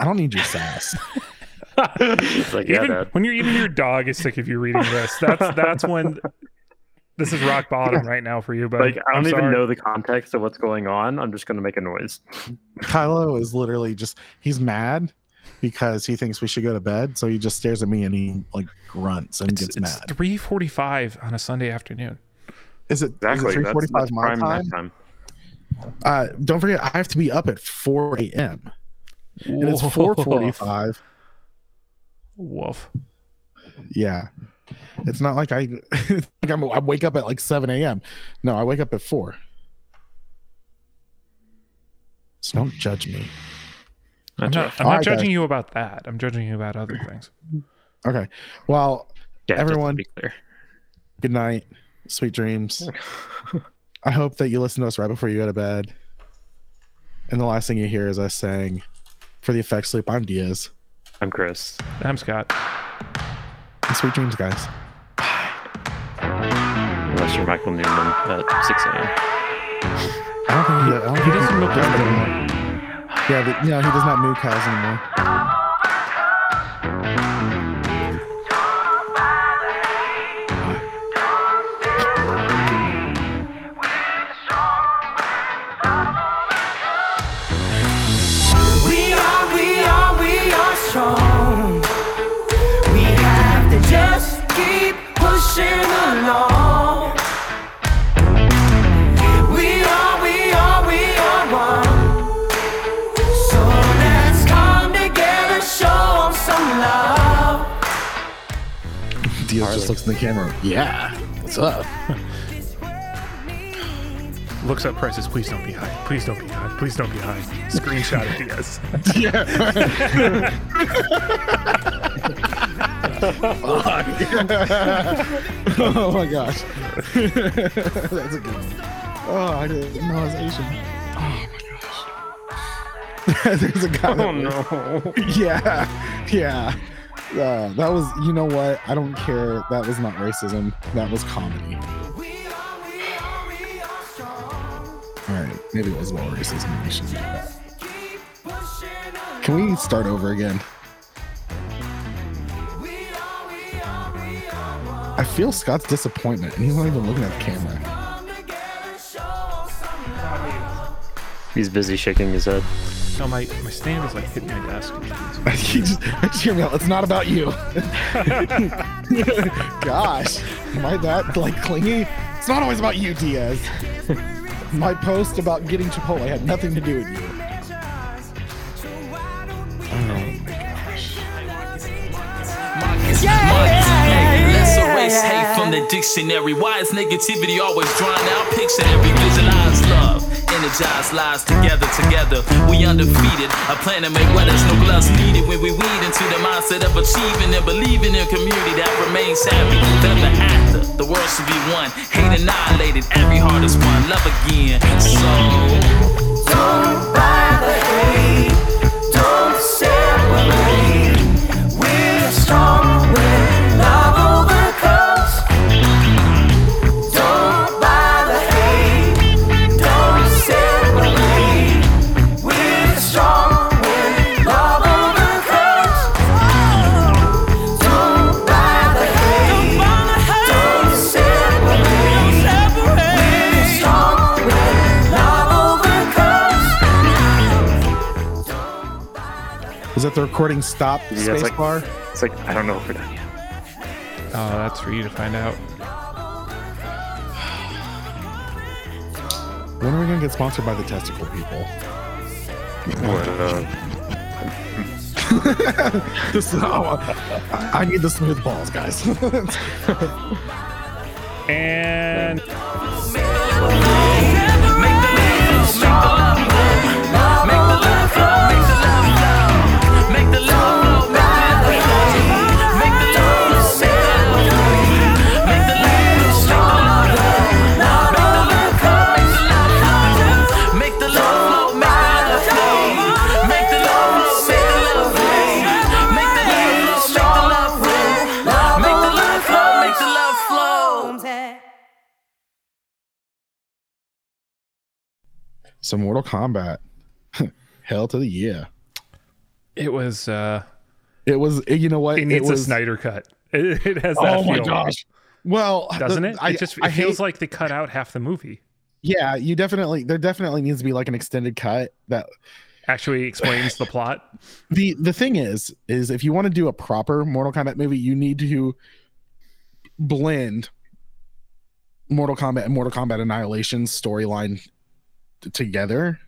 S1: I don't need your sass.
S2: it's like, yeah,
S3: even
S2: Dad.
S3: when you're even your dog is sick of you reading this. That's that's when this is rock bottom right now for you. But
S2: Like, I don't even know the context of what's going on. I'm just going to make a noise.
S1: Kylo is literally just, he's mad because he thinks we should go to bed. So he just stares at me and he like grunts and
S3: It's,
S1: gets
S3: it's
S1: mad.
S3: three forty-five on a Sunday afternoon.
S1: Is it,
S2: Exactly.
S1: is it
S2: that's-
S1: 345
S2: that's
S1: my
S2: prime
S1: time?
S2: time.
S1: Uh, don't forget, I have to be up at 4 a.m. And it's
S3: Woof.
S1: 445.
S3: Woof.
S1: Yeah. It's not like I like I'm, I wake up at like 7 a.m. No, I wake up at 4. So don't judge me.
S3: I'm
S2: That's
S3: not,
S2: rough.
S3: I'm
S1: All
S3: not
S1: right,
S3: judging
S1: guys.
S3: you about that. I'm judging you about other things.
S1: Okay. Well,
S2: Yeah, just to
S1: everyone-
S2: be clear.
S1: good night. Sweet dreams. I hope that you listen to us right before you go to bed. And the last thing you hear is us saying, for the effect sleep, I'm Diaz.
S2: I'm Chris.
S3: I'm Scott.
S1: And sweet dreams, guys.
S2: Unless you're Michael Newman at 6 a.m.
S1: I don't think he, I don't
S3: He
S1: think
S3: doesn't look
S1: does
S3: good
S1: that
S3: anymore.
S1: anymore. Yeah, but, you know, he does not move cows anymore.
S4: We are, we are, we are strong. We have to just keep pushing along. We are, we are, we are one. So let's come together, show 'em some love.
S1: Diaz just looks in the camera. Yeah. What's up?
S3: Looks up prices. Please don't be high. Please don't be high. Please don't be high. Screenshot of Diaz.
S1: oh my gosh. That's a good one. Oh, I didn't know I was Asian. Oh my gosh. There's a guy. that-
S2: no.
S1: Yeah. Yeah. Uh, that was, you know what? I don't care. That was not racism. That was comedy.
S4: We are, we are, we are strong.
S1: All right. Maybe it was more racism. We should do that.
S4: Keep pushing along.
S1: Can we start over again?
S4: We are, we are, we are one.
S1: I feel Scott's disappointment, and he's not even looking at the camera.
S4: Come together, show 'em some love.
S2: He's busy shaking his head.
S3: No, my, my stand is like hitting my desk. Oh,
S1: he just, just hear me out. It's not about you. Gosh, am I that like clingy? It's not always about you, Diaz. My post about getting Chipotle had nothing to do with you.
S5: Let's make less erase hate from the a dictionary. Why is negativity always drawn out? Picture every visualized love. Energized lives together, together. We undefeated. A plan to make weathers, no gloves needed. When we weed into the mindset of achieving and believing in a community that remains happy. Them the actor, the world should be one. Hate annihilated, every heart is one. Love again. So.
S4: Don't buy the hate. Don't separate. We're strong when love overcomes. Don't buy the hate. Don't separate. We're strong when love overcomes. Don't buy the hate. Don't separate. We're strong when love overcomes.
S1: Was that the recording stop
S2: Yeah,
S1: space
S2: it's like
S1: bar?
S2: It's like I don't know if we're done yet.
S3: Oh, that's for you to find out.
S1: When are we gonna get sponsored by the testicle people? This is how uh, I, I need the smooth balls, guys.
S3: And
S5: Make the love flow, make the love flow, make the love flow, make the love flow, make the love flow, make the love flow, make the love flow.
S1: Some Mortal Kombat. Hell to the yeah.
S3: it was. uh
S1: It was, you know what?
S3: It needs
S1: was,
S3: a Snyder cut. It, it has that.
S1: Oh my
S3: feel,
S1: gosh. Well,
S3: Doesn't
S1: the-
S3: it?
S1: I,
S3: it just it
S1: I
S3: feels
S1: hate-
S3: like they cut out half the movie.
S1: yeah. You definitely there definitely needs to be like an extended cut that
S3: Actually, explains the plot.
S1: the the thing is is if you want to do a proper Mortal Kombat movie, you need to blend Mortal Kombat and Mortal Kombat Annihilation storyline t- together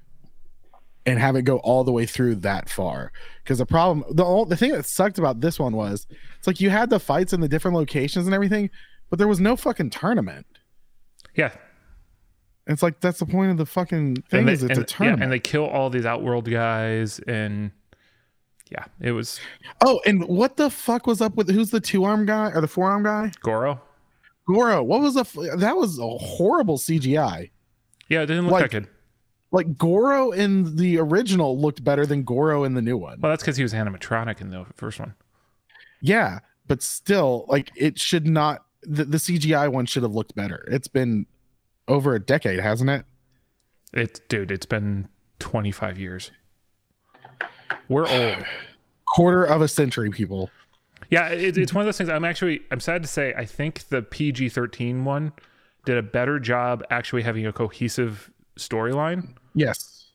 S1: and have it go all the way through that far. Because the problem, the all, the thing that sucked about this one was it's like you had the fights in the different locations and everything, but there was no fucking tournament.
S3: Yeah,
S1: It's like that's the point of the fucking thing
S3: and they,
S1: is it's
S3: and,
S1: a
S3: yeah,
S1: tournament.
S3: and they kill all these outworld guys, and yeah, it was
S1: oh, and what the fuck was up with who's the two arm guy or the four arm guy?
S3: Goro.
S1: Goro, what was the f- that was a horrible CGI.
S3: Yeah, it didn't look
S1: Like-
S3: that good.
S1: Like Goro in the original looked better than Goro in the new one.
S3: Well, that's because he was animatronic in the first one.
S1: Yeah, but still, like it should not. The, the CGI one should have looked better. It's been over a decade, hasn't it?
S3: It's dude, it's been 25 years. We're old.
S1: Quarter of a century, people.
S3: Yeah, it, it's one of those things. I'm actually, I'm sad to say, I think the PG-13 one did a better job actually having a cohesive storyline
S1: Yes.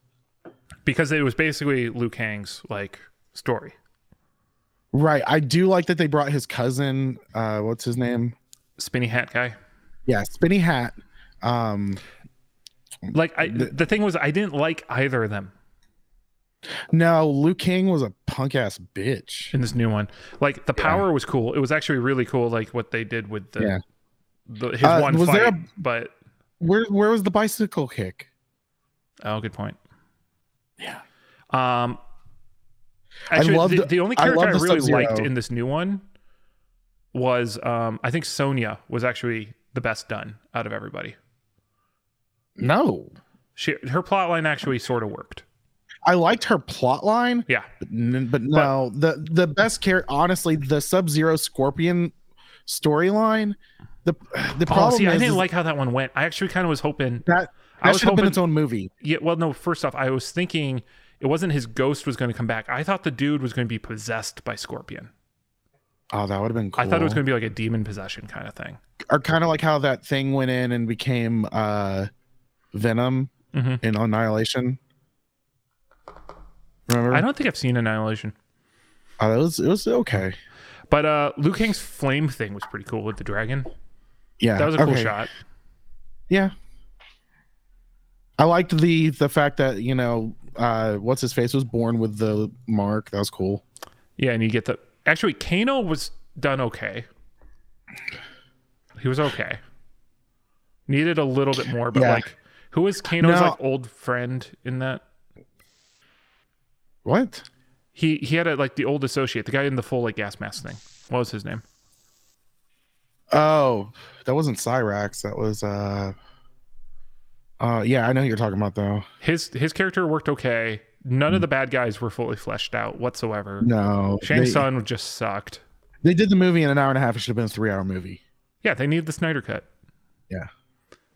S3: because it was basically Liu Kang's like story.
S1: Right. I do like that they brought his cousin. Uh, what's his name?
S3: Spinny hat guy.
S1: Yeah, Spinny Hat. Um,
S3: Like I, the, thing was, I didn't like either of them
S1: no, Liu King was a punk ass bitch.
S3: in this new one. Like the power was cool. It was actually really cool. Like what they did with the,
S1: Yeah.
S3: the his
S1: Uh,
S3: one
S1: was
S3: fight.
S1: there a-
S3: But
S1: Where where was the bicycle kick?
S3: oh, good point.
S1: Yeah.
S3: Um, actually,
S1: loved-
S3: the, the only
S1: I
S3: character I,
S1: loved the
S3: really liked
S1: Sub-Zero.
S3: in this new one was um, I think Sonia was actually the best done out of everybody.
S1: No,
S3: She her plot line actually sort of worked.
S1: I liked her plot line,
S3: Yeah,
S1: but, n- but no, the the best character, honestly, the Sub Zero Scorpion storyline. The the
S3: oh,
S1: problem
S3: see, I
S1: is,
S3: didn't
S1: is
S3: like how that one went. I actually kind of was hoping.
S1: that.
S3: I
S1: That
S3: was
S1: should have been
S3: hoping-
S1: its own movie.
S3: Yeah, well, no. First off, I was thinking it wasn't his ghost was going to come back. I thought the dude was going to be possessed by Scorpion.
S1: Oh, that would have been cool.
S3: I thought it was going to be like a demon possession kind of thing.
S1: or kind of like how that thing went in and became uh Venom
S3: Mhm.
S1: in Annihilation. Remember?
S3: I don't think I've seen Annihilation,
S1: Oh, it was it was okay.
S3: but uh, Liu Kang's flame thing was pretty cool with the dragon.
S1: Yeah,
S3: That was a cool
S1: okay.
S3: shot.
S1: Yeah. I liked the the fact that, you know, uh what's his face was born with the mark. That was cool.
S3: Yeah, and you get the actually Kano was done okay. He was okay. Needed a little bit more, but
S1: Yeah.
S3: like, who was Kano's
S1: No.
S3: like old friend in that?
S1: What?
S3: He he had a, like the old associate, the guy in the full like gas mask thing. What was his name?
S1: Oh, that wasn't Cyrax. That was uh. Uh, yeah, I know who you're talking about though.
S3: His his character worked okay. None of the bad guys were fully fleshed out whatsoever.
S1: Hmm. No,
S3: Shang
S1: they,
S3: Tsung just sucked.
S1: they did the movie in an hour and a half. It should have been a three-hour movie.
S3: Yeah, they needed the Snyder cut.
S1: Yeah.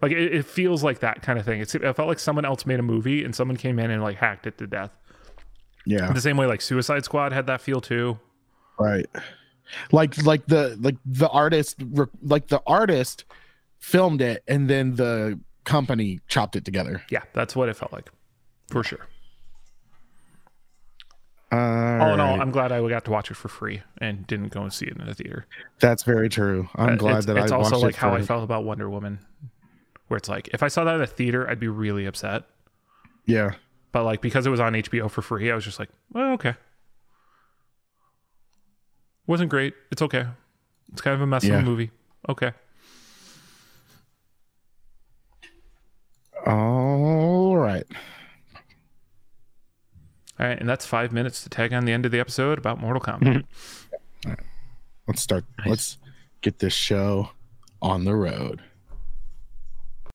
S3: Like it, it feels like that kind of thing. It's, it felt like someone else made a movie and someone came in and like hacked it to death.
S1: Yeah,
S3: The same way like Suicide Squad had that feel too.
S1: right. Like, like the like the artist, re- like the artist, filmed it, and then the company chopped it together.
S3: Yeah, that's what it felt like, for sure.
S1: all
S3: all in all, I'm glad I got to watch it for free and didn't go and see it in the theater.
S1: That's very true. I'm
S3: Uh,
S1: glad
S3: it's,
S1: that
S3: it's
S1: I
S3: also
S1: watched
S3: like
S1: it
S3: how I
S1: first.
S3: felt about Wonder Woman, where it's like if I saw that in a theater, I'd be really upset.
S1: Yeah,
S3: But like because it was on HBO for free, I was just like, well, okay. Wasn't great. It's okay. It's kind of a mess of
S1: Yeah.
S3: a movie. Okay.
S1: All right.
S3: All right, and that's five minutes to tag on the end of the episode about Mortal Kombat.
S1: Let's start. Let's get this show on the road.